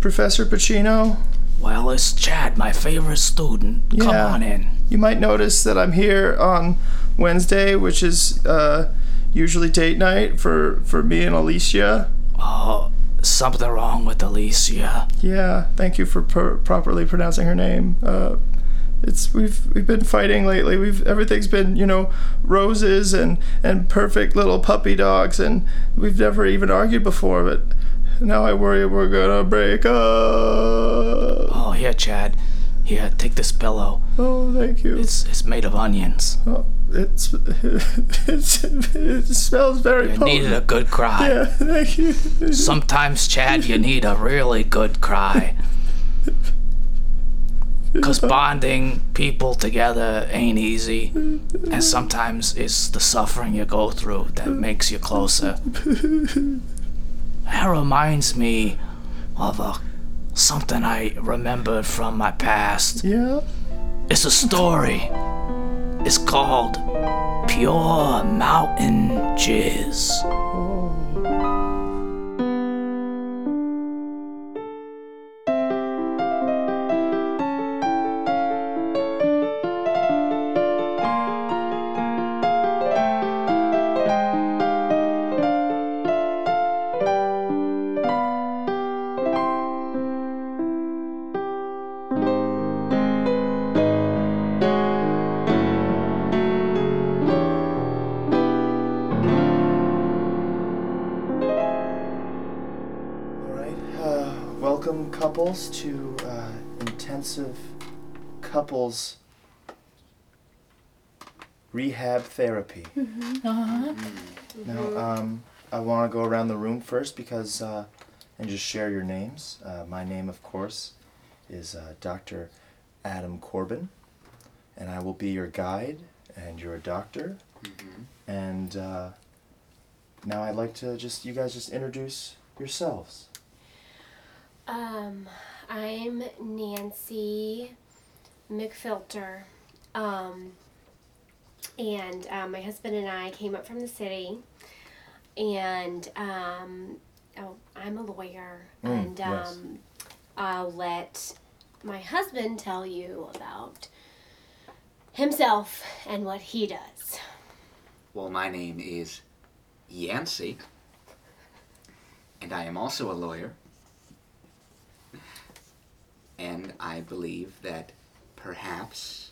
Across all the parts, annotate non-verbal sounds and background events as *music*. Professor Pacino? Well, it's Chad, my favorite student. Come Yeah. on in. You might notice that I'm here on Wednesday, which is uh, usually date night for, for me and Alicia. Oh, something wrong with Alicia. Yeah, thank you for pro- properly pronouncing her name. Uh, it's we've we've been fighting lately. We've everything's been you know roses and and perfect little puppy dogs, and we've never even argued before. But now I worry we're gonna break up. Oh, here, Chad. Here, take this pillow. Oh, thank you. It's it's made of onions. Oh, it's, *laughs* it's it smells very You needed a potent. good cry. Oh, *laughs* Yeah, thank you. *laughs* Sometimes, Chad, you need a really good cry. Because bonding people together ain't easy. And sometimes it's the suffering you go through that makes you closer. That reminds me of a, something I remembered from my past. Yeah. It's a story. It's called Pure Mountain Jizz. All right. Uh, welcome, couples, to uh, intensive couples rehab therapy. Uh-huh. Now, um, I want to go around the room first because, uh, and just share your names. Uh, my name, of course, is uh, Dr. Adam Corbin, and I will be your guide, and you're a doctor. And uh, now I'd like to just, you guys just introduce yourselves. Um, I'm Nancy McFilter. Um, and uh, my husband and I came up from the city, and um, oh, I'm a lawyer, Mm, and um, yes. I'll let my husband tell you about himself and what he does. Well, my name is Yancey, and I am also a lawyer. And I believe that perhaps,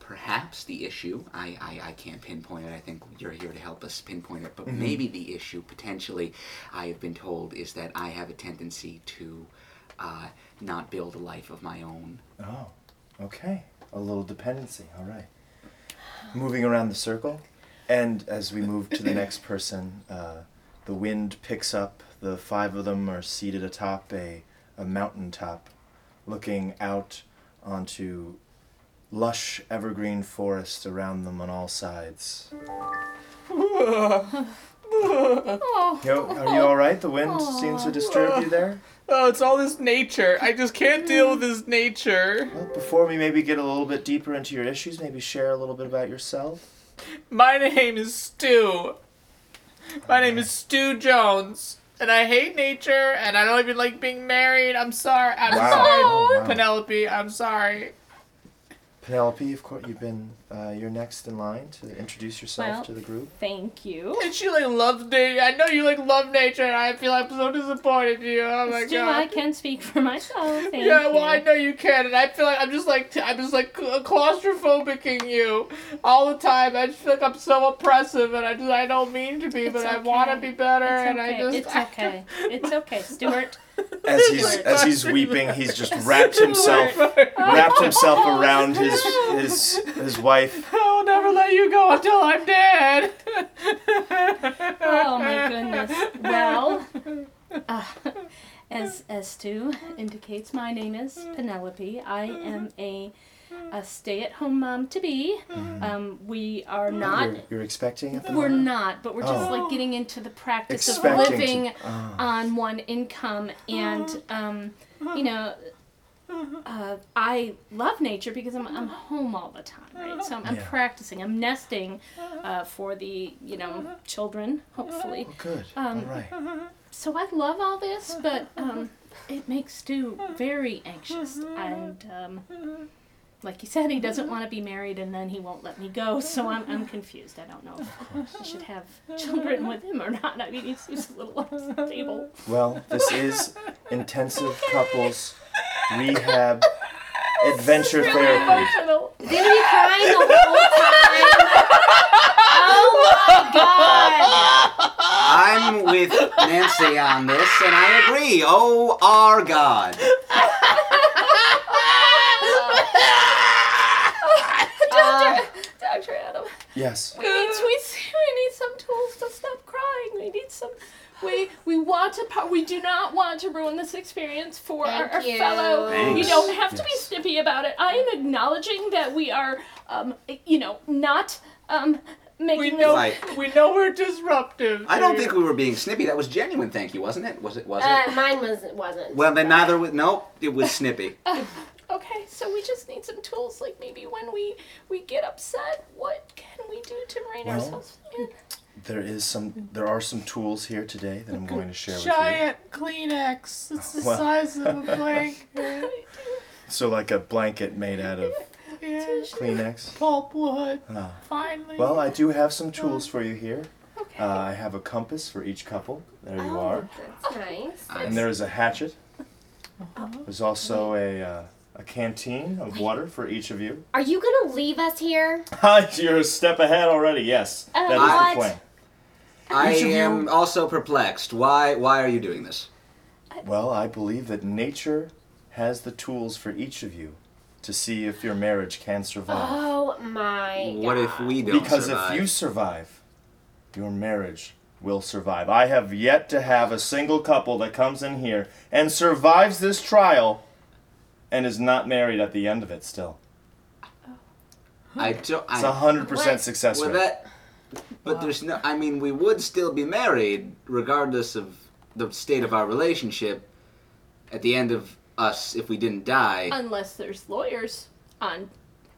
perhaps the issue, I, I, I can't pinpoint it, I think you're here to help us pinpoint it, but maybe the issue, potentially, I have been told is that I have a tendency to uh, not build a life of my own. Oh, okay. A little dependency. All right. Moving around the circle, and as we move to the next person, uh, the wind picks up. The five of them are seated atop a, a mountain top, looking out onto lush evergreen forest around them on all sides. Yo, are you all right? The wind seems to disturb you there. Oh, it's all this nature. I just can't deal with this nature. Well, before we maybe get a little bit deeper into your issues, maybe share a little bit about yourself. My name is Stu. My name is Stu Jones, and I hate nature, and I don't even like being married. I'm sorry. I'm Wow. sorry, Oh, wow. Penelope. I'm sorry. Penelope, of course, you've been uh, you're next in line to introduce yourself Well. to the *laughs* group. Thank you. And she like loves nature. I know you like love nature, and I feel like I'm so disappointed in you. Oh my Stu, I god. can speak *laughs* for myself. Thank yeah, well, you. I know you can, and I feel like I'm just like t- I'm just like cla- claustrophobicing you all the time. I just feel like I'm so oppressive, and I just I don't mean to be, It's but I want to okay. be better, It's and I okay. just It's okay. It's *laughs* okay, Stuart. As he's Stuart. as he's weeping, he's just wrapped himself I wrapped himself around his his his wife. will never let you go until I'm dead. *laughs* Oh my goodness. Well, uh, as as Stu indicates, my name is Penelope. I am a a stay-at-home mom to be. Um, we are not. You're, you're expecting at the We're moment? not, but we're Oh. just like getting into the practice of Expecting to- living Ah. on one income and um, you know uh, i love nature because I'm, I'm home all the time right so i'm, I'm Yeah. practicing i'm nesting uh, for the you know children hopefully Good. Um, all right. so i love all this but um, it makes Stu very anxious, and um, like he said, he doesn't want to be married, and then he won't let me go. So I'm I'm confused. I don't know if I should have children with him or not. I mean, he's he's a little off the table. Well, this is intensive couples rehab adventure therapy. Emotional. They were crying the whole time. Oh my god. I'm with Nancy on this, and I agree. Oh, our God. Dr. Adam, Yes. we need, we, we need some tools to stop crying. We need some. We we want to. po- We do not want to ruin this experience for our, Thank our you. fellow. You Thanks. don't have to be Yes. snippy about it. I am acknowledging that we are, um, you know, not um making. We this- know Like- we know we're disruptive. I don't dude. think we were being snippy. That was genuine. Thank you, wasn't it? Was it? Was it? Uh, mine wasn't. wasn't. Well, then neither was. Nope, it was *laughs* snippy. Okay, so we just need some tools. Like maybe when we we get upset, what can we do to rein Well, ourselves in? There is some there are some tools here today that I'm going to share with you. Giant Kleenex. It's the Well. size of a *laughs* *laughs* blanket. So like a blanket made out *laughs* of yeah. Kleenex. Pulpwood. Ah. Finally. Well, I do have some tools for you here. Okay. Uh, I have a compass for each couple. There you Oh, are. That's nice. Uh-huh. I'm- And there is a hatchet. There's also a uh, a canteen of water for each of you. *laughs* Are you gonna leave us here? Ha, You're a step ahead already. Yes, Oh, that is what? the plan. I Each of you- am also perplexed. Why? Why are you doing this? Well, I believe that nature has the tools for each of you to see if your marriage can survive. Oh my god. What if we don't because survive? if you survive, your marriage will survive. I have yet to have a single couple that comes in here and survives this trial and is not married at the end of it still. I don't. It's I, a 100% What? success well, rate. that. But there's no. I mean, we would still be married regardless of the state of our relationship. At the end of us, if we didn't die. Unless there's lawyers on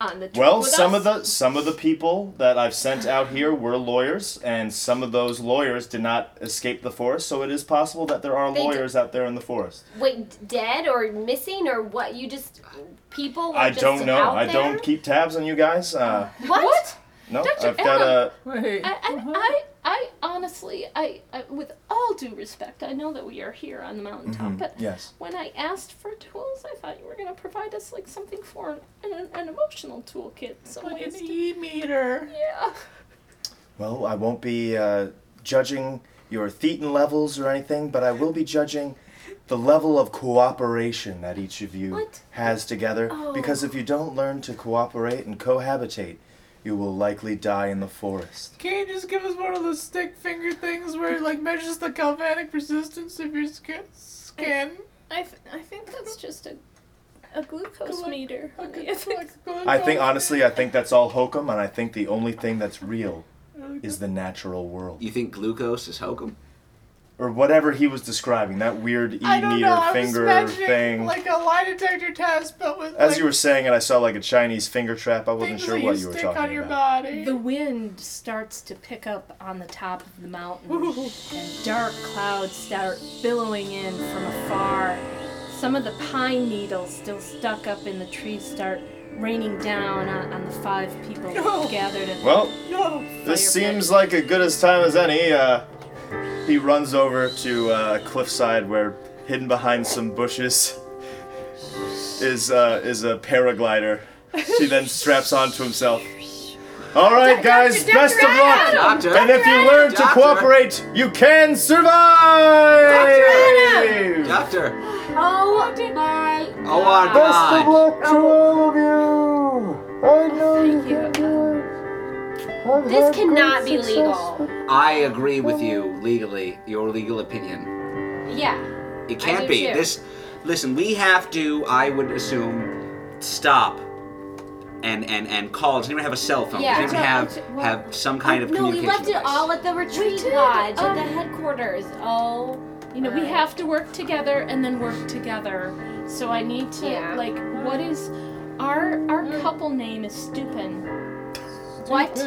on the. well, with some us. of the some of the people that I've sent out here were lawyers, and some of those lawyers did not escape the forest. So it is possible that there are They d- lawyers out there in the forest. Wait, d- dead or missing or what? You just people. Are I just don't know. out I don't there? Oh. keep tabs on you guys. Uh, What? no, Dr. I've got a. Wait. I, I, I, I honestly, I, I, with all due respect, I know that we are here on the mountaintop, but Hmm, Yes. when I asked for tools, I thought you were going to provide us like something for an, an, an emotional toolkit. Some Like an ways to- e meter. yeah. Well, I won't be uh, judging your thetan levels or anything, but I will be judging the level of cooperation that each of you What? has together. Oh. Because if you don't learn to cooperate and cohabitate, you will likely die in the forest. Can you just give us one of those stick finger things where it like measures the galvanic resistance of your skin? Skin. I, th- I think that's just a, a glucose Glu- meter. Like honey. *laughs* a- like a- I think honestly, I think that's all hokum, and I think the only thing that's real is the natural world, You think glucose is hokum? or whatever he was describing. That weird e I don't know. meter I was finger imagining thing. like a lie detector test, but with As like, you were saying it, I saw like a Chinese finger trap. I wasn't things sure that what you you were stick talking on your about. body. The wind starts to pick up on the top of the mountain, and dark clouds start billowing in from afar. Some of the pine needles still stuck up in the trees start raining down on, on the five people gathered at Well, *laughs* no. *laughs* this Fire pit. seems like a good as time as any. Uh, he runs over to uh, a cliffside where, hidden behind some bushes, is uh, is a paraglider. She then straps onto himself. All right, guys, best of luck. Doctor. And if you learn to Doctor. cooperate, you can survive! Doctor. Oh my. Oh, our Best God. of luck to all of you! I know Thank you. This cannot be legal. I agree with you legally, your legal opinion. Yeah. It do can't be. too. This listen, we have to, I would assume, stop and and and call. Does anyone have a cell phone? Yeah. Does anyone have have some kind of no, we communication? left it device? all at the retreat did, lodge at the um, headquarters. Oh. You know, we Right. have to work together and then work together. So I need to Yeah. like, what is our our couple name is Stupin. What?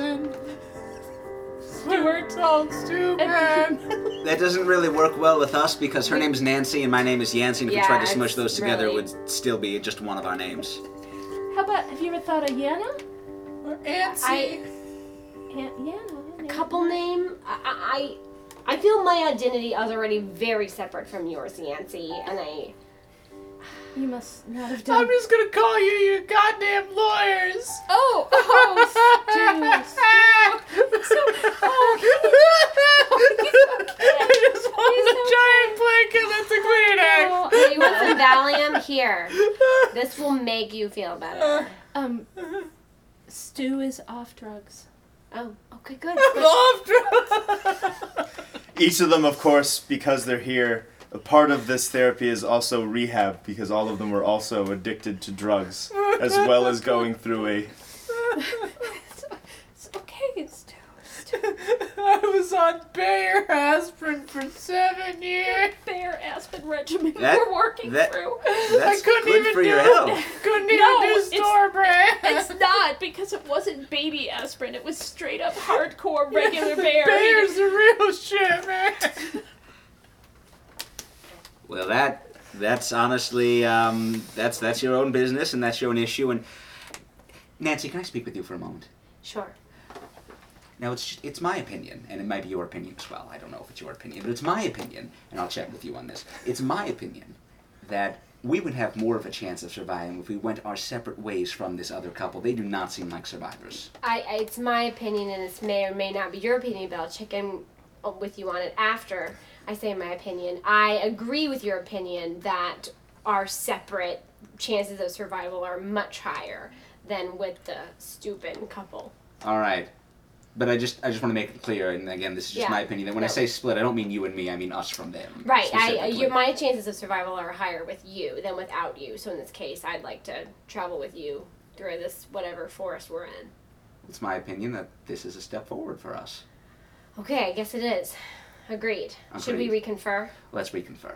Stewart. Oh, it's too bad. That doesn't really work well with us because her name's Nancy and my name is Yancy, and if Yeah, we tried to smush it's those together, really- it would still be just one of our names. *laughs* How about have you ever thought of Yana? Or Nancy. I Aunt Yana. couple name. I, I I feel my identity is already very separate from yours, Yancy, and I. You must not have done. I'm just gonna call you your goddamn lawyers. Oh, oh, *laughs* Stu, *laughs* I just want the giant blanket that's a clean Oh, act. you want some Valium? Here. This will make you feel better. Um, Stu is off drugs. *laughs* Oh, okay, good. *laughs* Love Each of them, of course, because they're here, a part of this therapy is also rehab because all of them were also addicted to drugs, as well as going through a. It's, it's okay, Stu. Stu, *laughs* I was on Bayer aspirin for seven years. fair Aspen regimen That- we're working that- through. *laughs* That's I couldn't good even for your do it. health. Couldn't even No, do it's- store brand. It's not because it wasn't baby aspirin. It was straight up hardcore regular bear. Bayer's the real shit, man. Well, that that's honestly um, that's that's your own business and that's your own issue. And Nancy, can I speak with you for a moment? Sure. Now it's it's my opinion, and it might be your opinion as well. I don't know if it's your opinion, but it's my opinion, and I'll check with you on this. It's my opinion that we would have more of a chance of surviving if we went our separate ways from this other couple. They do not seem like survivors. I, I it's my opinion, and it may or may not be your opinion, but I'll check in uh, with you on it after I say my opinion. I agree with your opinion that our separate chances of survival are much higher than with the stupid couple. All right. But I just I just want to make it clear, and again, this is just Yeah. my opinion. That when I No. say split, I don't mean you and me. I mean us from them. Right. I specifically. your, my chances of survival are higher with you than without you. So in this case, I'd like to travel with you through this whatever forest we're in. It's my opinion that this is a step forward for us. Okay, I guess it is. Agreed. Should we reconfer? Let's reconfer.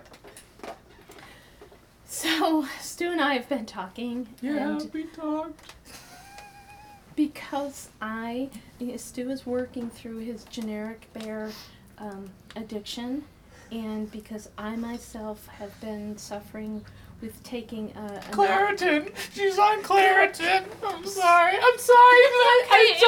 So Stu and I have been talking, Yeah, and we talked. because I eh, Stu is working through his generic bear um, addiction, and because I myself have been suffering with taking a, a Claritin. She's on Claritin. I'm sorry. I'm sorry. I, I *laughs* it so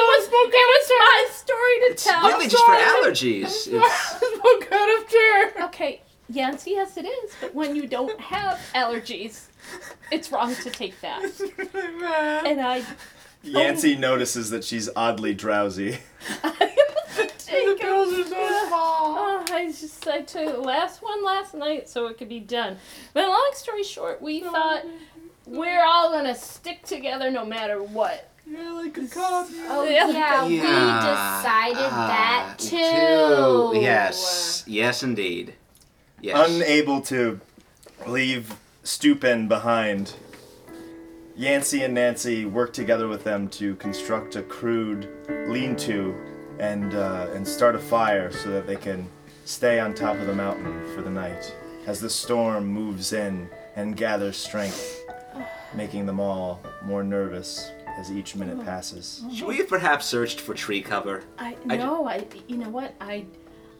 spoke out of was- my story to It's tell. really just for *laughs* allergies. It's, *laughs* turn. spoke out of turn. Okay, yes, yes, it is. But when you don't have allergies, it's wrong to take *laughs* that. It's really bad. And I, *laughs* Yancy notices that she's oddly drowsy. I the take pills are so small. Oh, I just I took the last one last night so it could be done. But long story short, we thought we're all gonna stick together no matter what. You're like a commune. *laughs* Oh Yeah. yeah, we decided Ah, that too. too. Yes. Yes, indeed. Yes. Unable to leave Stupin behind, Yancy and Nancy work together with them to construct a crude lean to and, uh, and start a fire so that they can stay on top of the mountain for the night as the storm moves in and gathers strength, making them all more nervous as each minute passes. Should we have perhaps searched for tree cover? I I ju- no, I you know what I,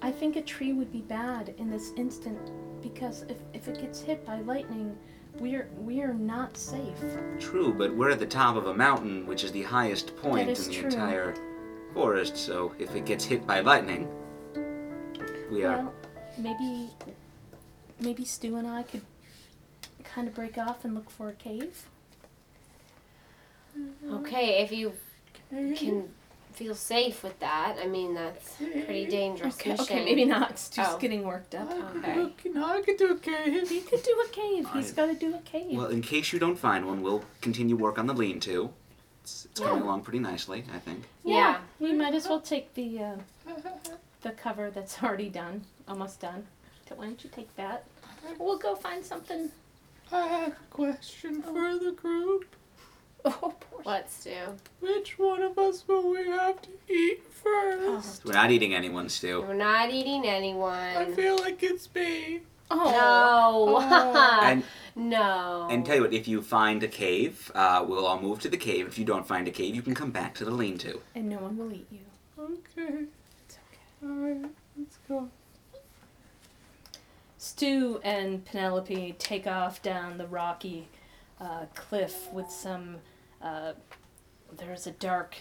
I think a tree would be bad in this instant because if if it gets hit by lightning, we're we're not safe. True, but we're at the top of a mountain, which is the highest point is in the true. entire forest. So if it gets hit by lightning, we are. Well, maybe maybe Stu and I could kind of break off and look for a cave. Okay, if you can feel safe with that, I mean that's a pretty dangerous Okay, mission. okay, maybe not. Stu's Oh. getting worked up. Okay. You know, I could do a cave. He could do a cave. He's I- got to do a cave. Well, in case you don't find one, we'll continue work on the lean-to. It's, it's coming along pretty nicely, I think. Yeah. We might as well take the *laughs* uh, the cover that's already done, almost done. So why don't you take that? We'll go find something. I have a question for the group. Oh, poor. Let's do. Which one of us will we have to eat first? We're not eating anyone, Stu. We're not eating I anyone. feel like it's me. Oh. No. *laughs* And no. and tell you what, if you find a cave, uh, we'll all move to the cave. If you don't find a cave, you can come back to the lean-to. And no one will eat you. Okay. It's okay. Alright, let's go. Stu and Penelope take off down the rocky uh, cliff with some. Uh, there's a dark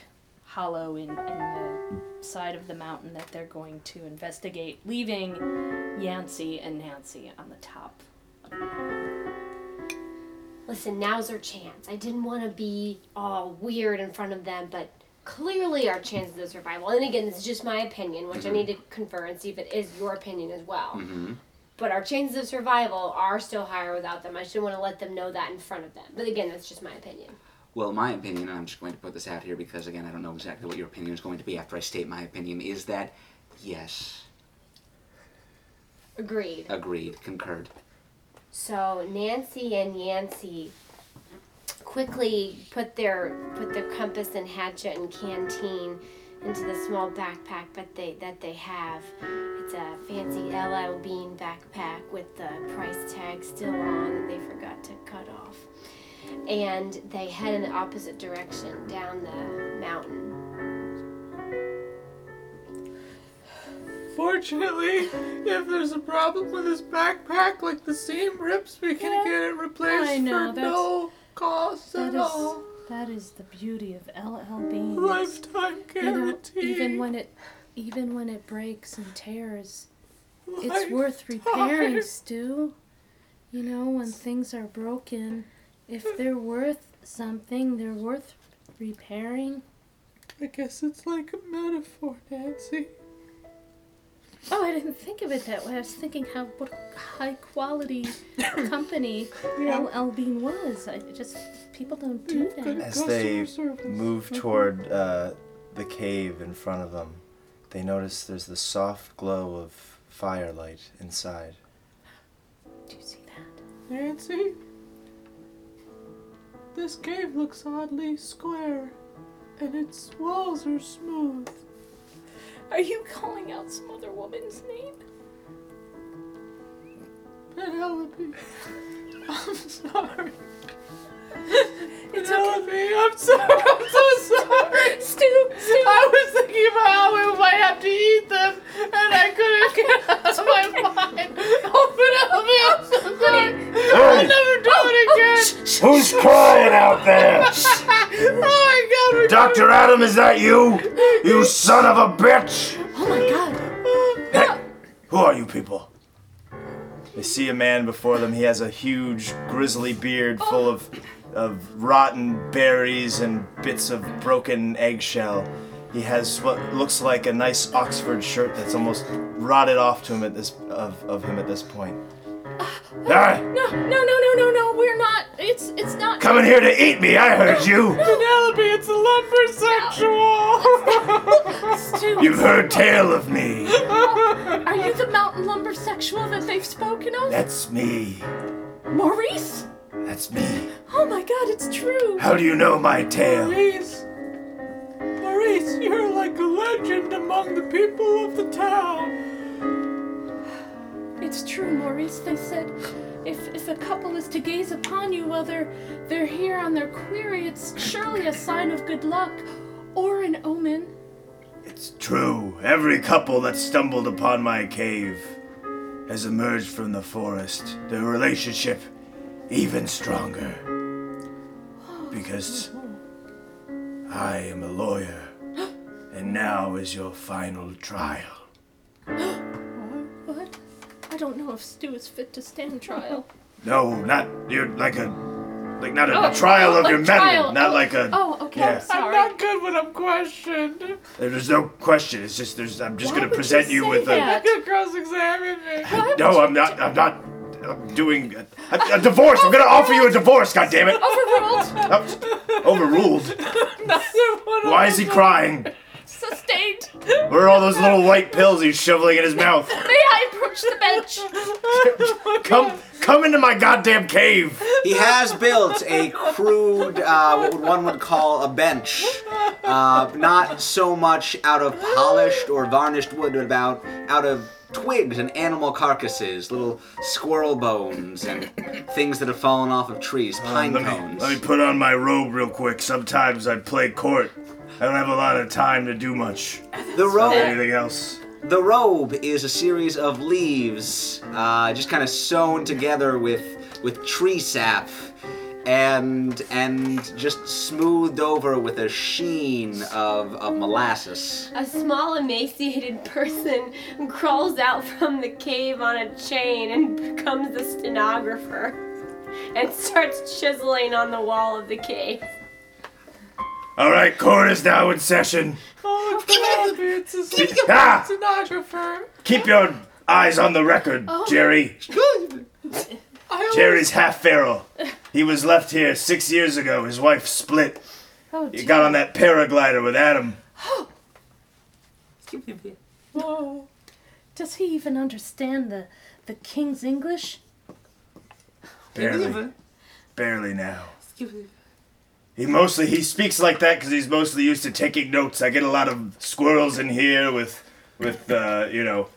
hollow in, in the side of the mountain that they're going to investigate, leaving Yancy and Nancy on the top. Listen, now's our chance. I didn't want to be all weird in front of them, but clearly our chances of survival. And again, this is just my opinion, which I need to confer and see if it is your opinion as well. But our chances of survival are still higher without them. I just didn't want to let them know that in front of them. But again, that's just my opinion. Well, my opinion, and I'm just going to put this out here because, again, I don't know exactly what your opinion is going to be after I state my opinion, is that yes, Agreed. agreed, concurred. So Nancy and Yancy quickly put their put their compass and hatchet and canteen into the small backpack but they that they have. It's a fancy LL Bean backpack with the price tag still on that they forgot to cut off. And they head in the opposite direction down the mountain. Fortunately, if there's a problem with this backpack, like the seam rips, we can Yeah, get it replaced I know, for that's- no cost That at is, all. that is the beauty of LL Bean. Lifetime You know, guarantee. even when it, even when it breaks and tears, it's Lifetime. worth repairing, Stu. You know, when things are broken, if they're worth something, they're worth repairing. I guess it's like a metaphor, Nancy. Oh, I didn't think of it that way. I was thinking how what a high quality company LL Bean was. I just people don't do that. As they Customer service. move toward uh, the cave in front of them, they notice there's the soft glow of firelight inside. Do you see that? Nancy? This cave looks oddly square, and its walls are smooth. Are you calling out some other woman's name? *laughs* Penelope. I'm sorry. Penelope, I'm *laughs* sorry. I'm so sorry. Stu, Stu. I was thinking about how we might have to eat them, and I *laughs* couldn't get out of my mind. Oh, Penelope, I'm so sorry. I'll never do Oh, it again. Who's crying out there? Oh my god, we're Dr. Adam, is that you? You son of a bitch! Oh my God! Who are you people? They see a man before them. He has a huge grizzly beard full of of rotten berries and bits of broken eggshell. He has what looks like a nice Oxford shirt that's almost rotted off to him at this of, of him at this point. Ah, No, no, no, no, no, no! We're not. It's, it's not. coming here to eat me, I heard you! Penelope, it's lumbersexual. Stu, You've heard tale of me. are you the mountain lumber sexual that they've spoken of? That's me. Maurice? That's me. Oh my God! It's true. How do you know my tale? Maurice, Maurice, you're like a legend among the people of the town. It's true, Maurice. They said if, if a couple is to gaze upon you while they're, they're here on their query, it's surely a sign of good luck or an omen. It's true. Every couple that stumbled upon my cave has emerged from the forest, their relationship even stronger. Because I am a lawyer, and now is your final trial. What? I don't know if Stu is fit to stand trial. No, not you're like a like not a trial of like your metal, Oh, trial. not Oh, like a oh, okay, Yeah. I'm sorry. not good when I'm questioned. There's no question. It's just there's. I'm just Why gonna would you present you, say with a. that? You could cross-examine me. No, I'm not. I'm not. I'm doing a, *laughs* a, a divorce. I'm gonna offer you a divorce. God damn *laughs* it. Overruled! Oh, *laughs* Overruled. Neither one of Why is he crying? Sustained! Where are all those little white pills he's shoveling in his *laughs* mouth? May I approach the bench? Come, come into my goddamn cave. He has built a crude, uh, what one would call a bench. Uh, not so much out of polished or varnished wood, but about out of twigs and animal carcasses, little squirrel bones, and things that have fallen off of trees, pine Um, Let me, cones. let me put on my robe real quick. Sometimes I play court. I don't have a lot of time to do much. the robe. Anything else? The robe is a series of leaves, uh, just kind of sewn together with with tree sap, and and just smoothed over with a sheen of, of molasses. A small emaciated person crawls out from the cave on a chain and becomes the stenographer and starts chiseling on the wall of the cave. All right, court is now in session. Oh, *laughs* God, it's a Ah, stenographer. keep your eyes on the record, Oh. Jerry. I Jerry's half feral. He was left here six years ago. His wife split. Oh, He dear. got on that paraglider with Adam. Oh, Does he even understand the the king's English? Barely. Barely now. He mostly he speaks like that because he's mostly used to taking notes. I get a lot of squirrels in here with with uh, you know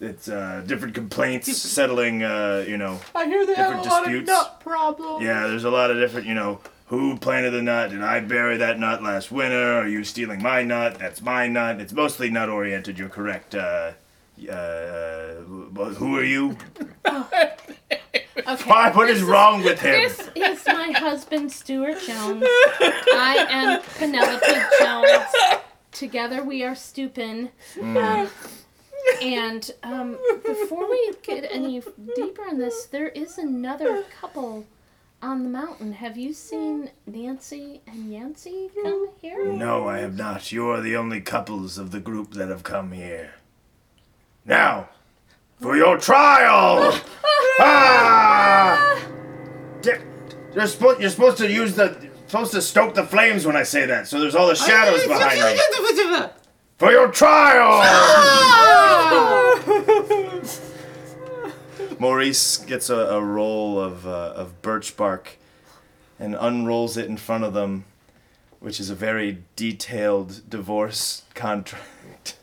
it's uh, different complaints settling uh, you know I hear they have a Different lot disputes. of nut problems. yeah there's a lot of different you know who planted the nut did I bury that nut last winter are you stealing my nut that's my nut it's mostly nut oriented you're correct uh, uh, wh- who are you Okay. why what is wrong with him This is my husband, Stuart Jones. I am Penelope Jones. Together we are stupid. Um, and um, before we get any deeper in this, there is another couple on the mountain. Have you seen Nancy and Yancy come here? No, I have not. You are the only couples of the group that have come here. Now, for your trial! ah! Di- You're, suppo- you're supposed to use the. Supposed to stoke the flames when I say that, so there's all the shadows behind me. For your *laughs* trial! Maurice gets a, a roll of, uh, of birch bark and unrolls it in front of them which is a very detailed divorce contract.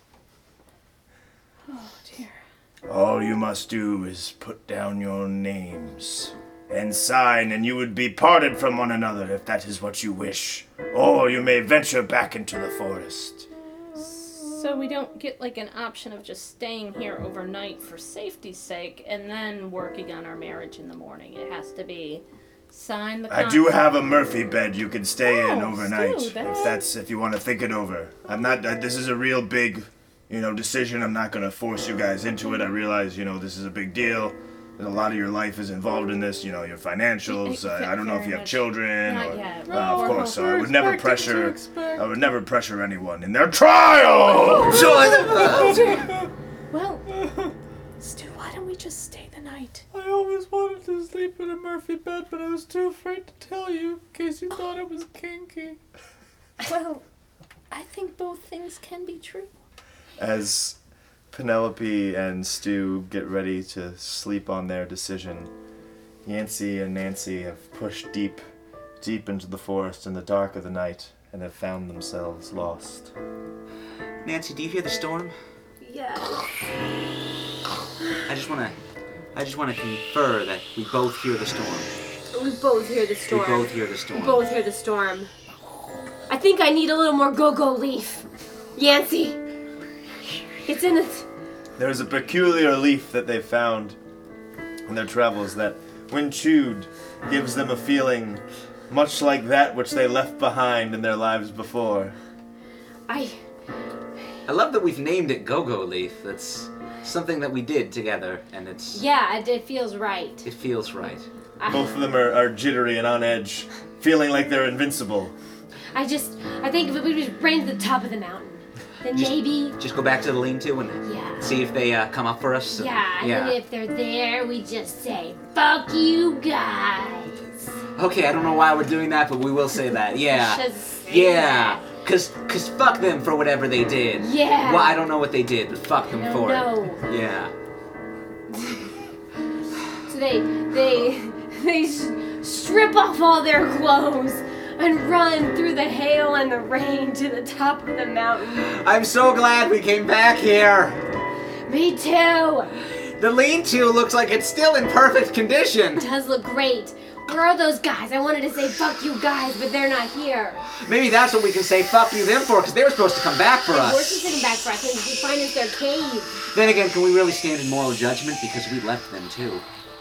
Oh dear. All you must do is put down your names and sign, and you would be parted from one another if that is what you wish. Or you may venture back into the forest. So we don't get like an option of just staying here overnight for safety's sake and then working on our marriage in the morning. It has to be sign the I contract. do have a Murphy bed you can stay in Oh, overnight Stu, if that- that's if you want to think it over. I'm not. I, this is a real big, you know, decision. I'm not gonna force you guys into it. I realize, you know, this is a big deal. That a lot of your life is involved in this. You know, your financials. Yeah, I, I don't know if you have fair enough. children. Not or, yet. Uh, of We're- course, so we're I would never expecting to pressure. expect. I would never pressure anyone in their *laughs* trial. Well, Stu, why don't we just stay the night? I always wanted to sleep in a Murphy bed, but I was too afraid to tell you in case you thought it was kinky. Well, I think both things can be true. as Penelope and Stu get ready to sleep on their decision, Yancy and Nancy have pushed deep, deep into the forest in the dark of the night and have found themselves lost. *laughs* Nancy, do you hear the storm? Yeah. I just wanna, I just wanna confer that we both hear the storm. We both hear the We storm. both hear the storm. both hear the storm. I think I need a little more go-go leaf. Yancy. It's in the There's a peculiar leaf that they found in their travels that, when chewed, gives them a feeling much like that which they left behind in their lives before. I I love that we've named it Go-Go Leaf. That's something that we did together, and it's yeah, it, it feels right. it feels right. Both of them are, are jittery and on edge, feeling like they're invincible. I just I think if we just ran to the top of the mountain, then Just- maybe Just go back to the lean-to and yeah. see if they uh, come up for us. Yeah, and yeah. if they're there, we just say, fuck you guys. Okay, I don't know why we're doing that, but we will say that. Yeah. Just say Uh, Yeah. that. Cause, cause fuck them for whatever they did. Yeah. Well, I don't know what they did, but fuck them No, for no. it. Yeah. So they, they, *laughs* they s- strip off all their clothes and run through the hail and the rain to the top of the mountain. I'm so glad we came back here. Me too. The lean-to looks like it's still in perfect condition. does look great. Where are those guys? I wanted to say fuck you guys, but they're not here. Maybe that's what we can say fuck you them for, because they were supposed to come back for We're just us. sitting back for us and we find us their cave. Then again, can we really stand in moral judgment because we left them too?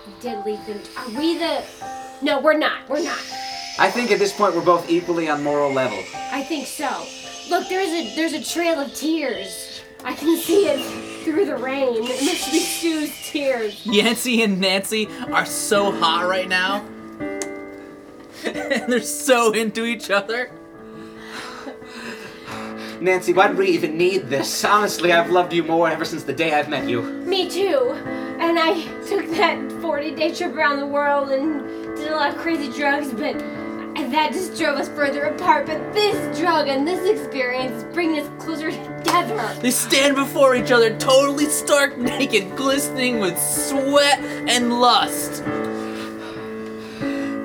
We did leave them. Are we the? No, we're not. We're not. I think at this point we're both equally on moral level. I think so. Look, there's a there's a trail of tears. I can see it through the rain. It must be Sue's tears. Yancy and Nancy are so hot right now. and they're so into each other. Nancy, why did we even need this? Honestly, I've loved you more ever since the day I've met you. Me too. And I took that 40 day trip around the world and did a lot of crazy drugs, but and that just drove us further apart. But this drug and this experience is bringing us closer together. They stand before each other totally stark naked, glistening with sweat and lust.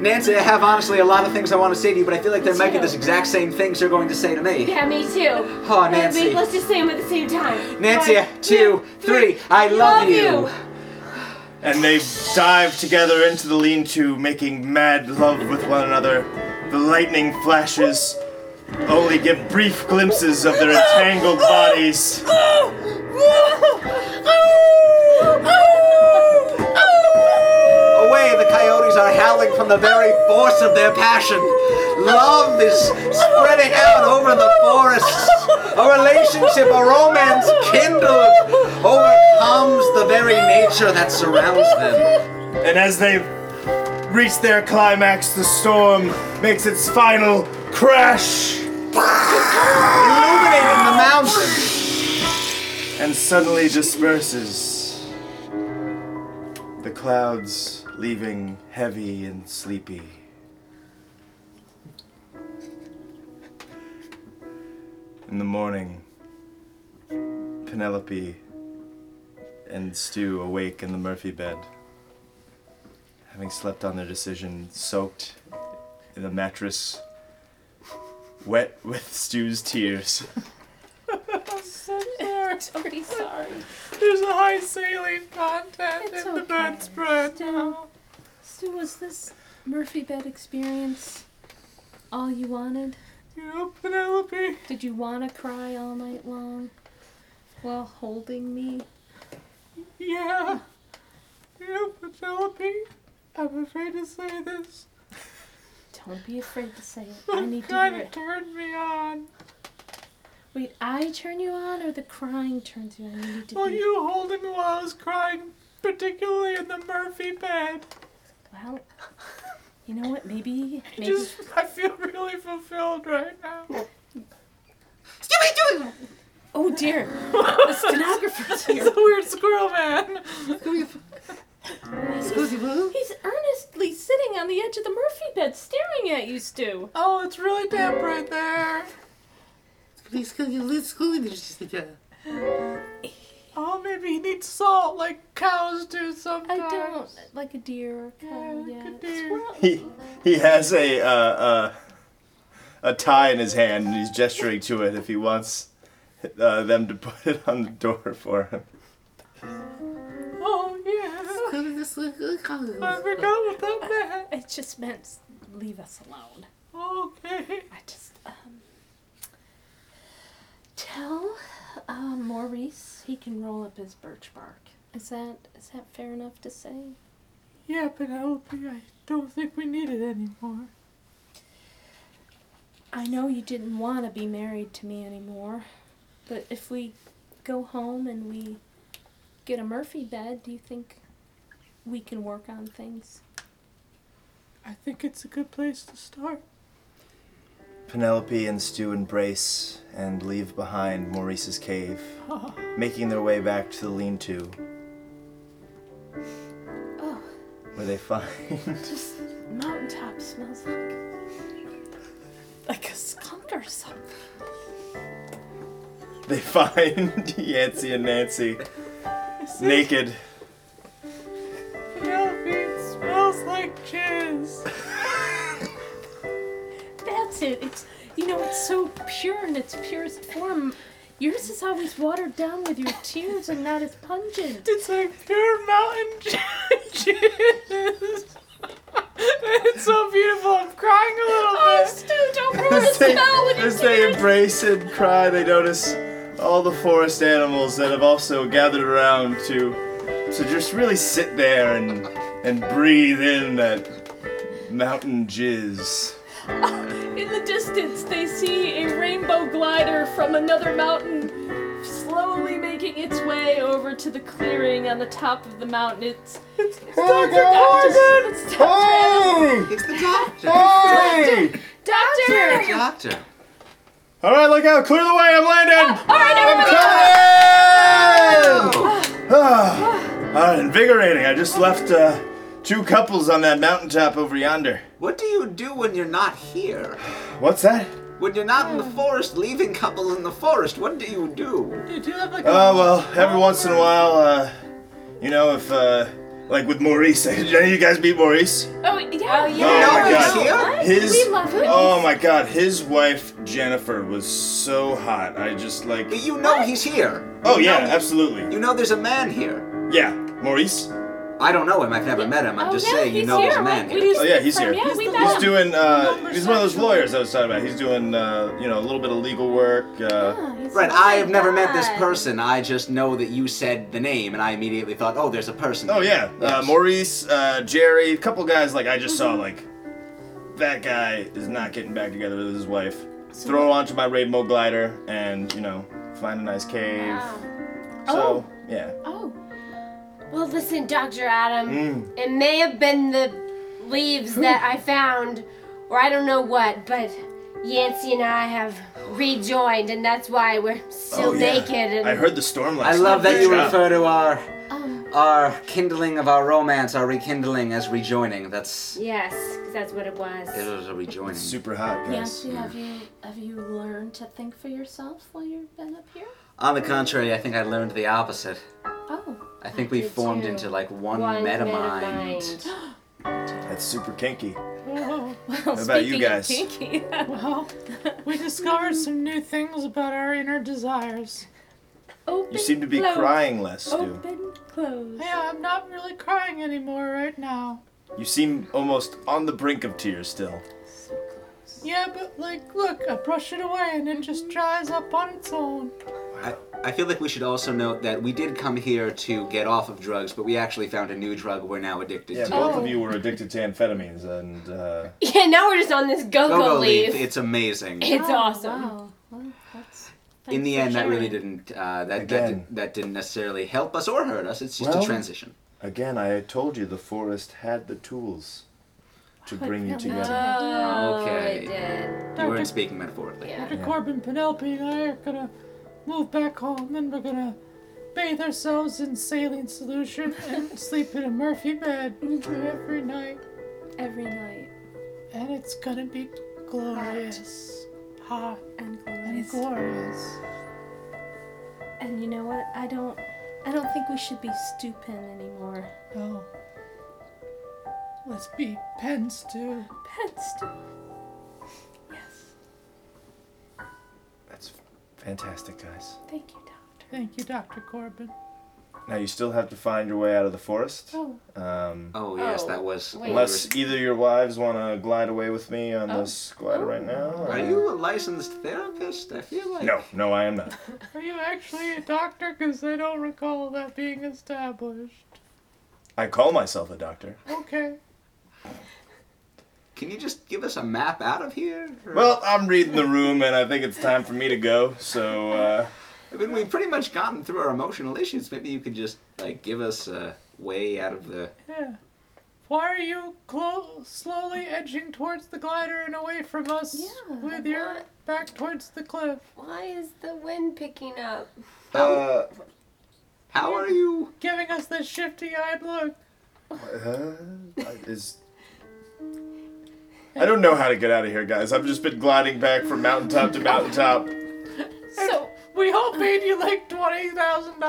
Nancy, I have honestly a lot of things I want to say to you, but I feel like they're making too. this exact same things they're going to say to me. Yeah, me too. Oh, Let me- Nancy. Let's just say them at the same time. Nancy, One, two, three, I love you. And they dive together into the lean to, making mad love with one another. The lightning flashes only give brief glimpses of their entangled bodies. Away, the coyotes are howling from the very force of their passion. Love is spreading out over the forests. A relationship, a romance kindled, overcomes the very nature that surrounds them. And as they reach their climax, the storm makes its final crash. Illuminating the mountains. and suddenly disperses. The clouds leaving heavy and sleepy. In the morning, Penelope and Stu awake in the Murphy bed, having slept on their decision, soaked in the mattress, wet with Stu's tears. *laughs* Totally sorry. There's a high saline content It's in the okay. bed spread. Stu, Stu, was this Murphy bed experience all you wanted? You know, Penelope. Did you want to cry all night long while holding me? Yeah. You know, Penelope. I'm afraid to say this. Don't be afraid to say it. I but need to hear kind of it. turned me on. Wait, I turn you on or the crying turns you on? I need to Well, hear- you holding me while I was crying, particularly in the Murphy bed. Well, you know what? Maybe, maybe. Just, I feel really fulfilled right *laughs* now. Oh dear, the stenographer's here. The weird squirrel man. He's earnestly sitting on the edge of the Murphy bed, staring at you, Stu. Oh, it's really damp right there. Oh, maybe he needs salt like cows do I sometimes. don't like a deer or a cow Yeah, yet. like a deer. Squirrel- he he has a uh, uh, a tie in his hand and he's gesturing to it if he wants uh, them to put it on the door for him. Oh, yeah. I forgot what that *laughs* It just meant leave us alone. meant. Okay. I just um, tell uh, Maurice he can roll up his birch bark. Is that is that fair enough to say? Yeah, Penelope, I don't think we need it anymore. I know you didn't want to be married to me anymore, but if we go home and we get a Murphy bed, do you think we can work on things? I think it's a good place to start. Penelope and Stu embrace and leave behind Maurice's *laughs* cave, making their way back to the lean-to. Oh. Where they find *laughs* Just mountaintop smells like like a skunk or something. they find *laughs* Yancy and Nancy naked. Penelope, it smells like jizz. That's it. It's you know it's so pure in its purest form. Yours is always watered down with your tears and not as pungent. It's like pure mountain *laughs* juice. it's so beautiful. I'm crying a little bit. don't As they, as they embrace and cry, they notice all the forest animals that have also gathered around to to just really sit there and and breathe in that mountain jizz. In the distance, they see a rainbow glider from another mountain slowly making its way over to the clearing on the top of the mountain. It's, it's Hey! It's the doctor. Hey! Doctor! The doctor. All right, look out! Clear the way! I'm landing. Ah, All right, Oh, I'm everybody! coming! Ah, invigorating. I just left uh, two couples on that mountaintop over yonder. What do you do when you're not here? What's that? When you're not in the forest, leaving couples in the forest, what do you do? You do have like Uh, well, every once in a while, uh, you know, if, uh, like with Maurice, *laughs* did any of you guys meet Maurice? Oh, yeah. Oh, Oh No, my it's god. here. His, We love him. oh my god, his wife Jennifer was so hot. I just like, But you know he's here. oh yeah, No. absolutely. You know there's a man here. Yeah, Maurice. I don't know him. I've never met him. I'm just saying you know there's a man here. Oh yeah, he's here. Yeah, we met He's him. doing, uh, he's one of those lawyers I was talking about. He's doing, uh, you know, a little bit of legal work. Uh, Oh, he's- Right, oh I my have never met this God. person. I just know that you said the name, and I immediately thought, oh, there's a person. oh here. yeah, uh, Yes. Maurice, uh, Jerry, a couple guys like I just saw Mm-hmm. like, that guy is not getting back together with his wife. Throw onto my rainbow glider and, you know, find a nice cave. So, yeah. Oh, Well, listen, Dr. Adam, Hmm. it may have been the leaves that I found, or I don't know what, but Yancy and I have rejoined, and that's why we're still Oh, yeah. naked. And I heard the storm last I love night. that you Good job. refer to our our kindling of our romance, our rekindling as rejoining. That's Yes, 'cause that's what it was. it was a rejoining. Super hot, guys. Nancy, have you have you learned to think for yourself while you've been up here? On the contrary, I think I learned the opposite. Oh, I think we did formed too. into like one, One meta meta mind. mind. *gasps* That's super kinky. well, about you speaking guys? Of kinky, *laughs* Well, we discovered some new things about our inner desires. open, You seem to be close. crying less, Stu. Open, close. Yeah, I'm not really crying anymore right now. You seem almost on the brink of tears still. Yeah, but like, look, I brush it away and it just dries up on its own. I, I feel like we should also note that we did come here to get off of drugs, but we actually found a new drug we're now addicted Yeah, to. both of you were addicted to amphetamines, and uh, Yeah, now we're just on this go-go, Go-go leaf. leaf, it's amazing. It's Oh, awesome. Wow. Well, that's, In thanks the for end, that really sharing. didn't uh, that that, Again. did, that didn't necessarily help us or hurt us. It's just Well, a transition. again, I told you the forest had the tools to bring you felt together. Oh, Okay. it did. You Dr. weren't speaking metaphorically. Yeah. Dr. Corbin, Penelope, and I are gonna move back home and we're gonna bathe ourselves in saline solution *laughs* and sleep in a Murphy bed *laughs* every night. Mm. every night And it's gonna be glorious. Hot and and glorious. glorious. and you know what? I don't. I don't think we should be stupid anymore. *laughs* Oh. Let's be pens too. Pets do. Yes. That's fantastic, guys. Thank you, Doctor. Thank you, Dr. Corbin. Now you still have to find your way out of the forest. Oh. Um, Oh yes, Oh, that was. wait. unless either your wives want to glide away with me on this glider right now. or- Are you a licensed therapist? I feel like. No, no, I am not. Are you actually a doctor? Because I don't recall that being established. I call myself a doctor. Okay. Can you just give us a map out of here? Or- Well, I'm reading the room, and I think it's time for me to go. So. Uh, I mean, we've pretty much gotten through our emotional issues. Maybe you could just like give us a way out of the. Yeah. Why are you clo- slowly edging towards the glider and away from us Yeah, with your back towards the cliff? Why is the wind picking up? How, uh, how are you? Giving us this shifty eyed look. Uh, is I don't know how to get out of here, guys. I've just been gliding back from mountaintop to mountaintop. So We all paid you like $20,000.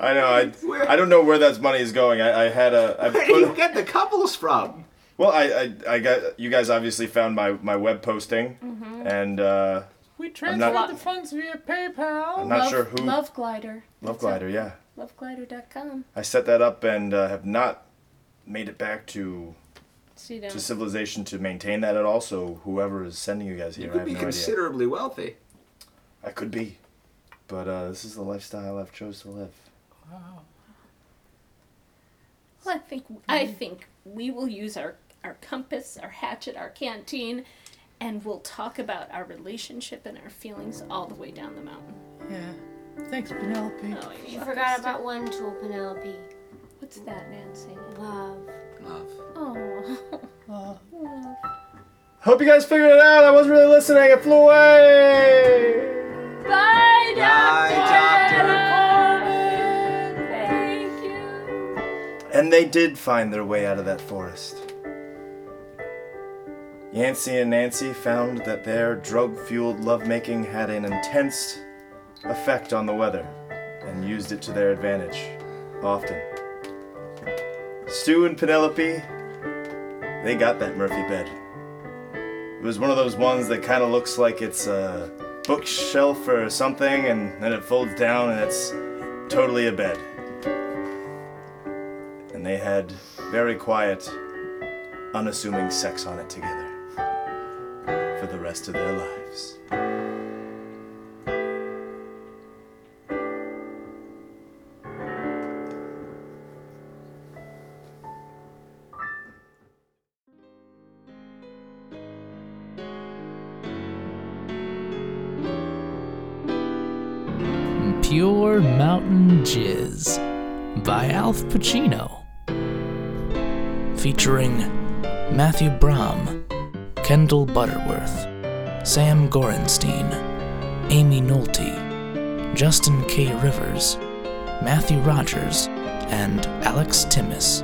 I know. I I don't know where that money is going. I, I had a. I Where do you put, get the couples from? Mm-hmm. well, I, I I got you guys obviously found my my web posting, and uh, We I'm transferred not- the funds via PayPal. I'm not love, sure who. Love Glider. Love Glider, yeah. Loveglider.com. I set that up and uh, have not made it back to So you to don't. civilization to maintain that at all. So whoever is sending you guys here, You I could have be no idea. considerably wealthy. I could be, but uh, this is the lifestyle I've chose to live. Well, I think I think we will use our our compass, our hatchet, our canteen, and we'll talk about our relationship and our feelings all the way down the mountain. Yeah. Thanks, Penelope. Oh, I You love forgot this. about one tool, Penelope. What's that man saying? Love. Love. Oh, Hope you guys figured it out. I wasn't really listening. I flew away. bye, Bye, Doctor. Corbin. Thank you. And they did find their way out of that forest. Yancey and Nancy found that their drug fueled lovemaking had an intense effect on the weather and used it to their advantage often. Stu and Penelope, they got that Murphy bed. It was one of those ones that kind of looks like it's a bookshelf or something, and then it folds down and it's totally a bed and they had very quiet, unassuming sex on it together for the rest of their lives. Pure Mountain Jizz by Alf Pacino. Featuring Matthew Brahm, Kendall Butterworth, Sam Gorenstein, Amy Nolte, Justin K. Rivers, Matthew Rogers, and Alex Timmis.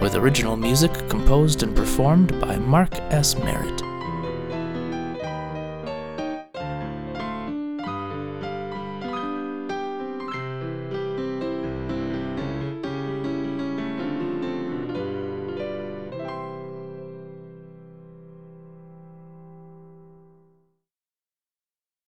With original music composed and performed by Mark S. Merritt.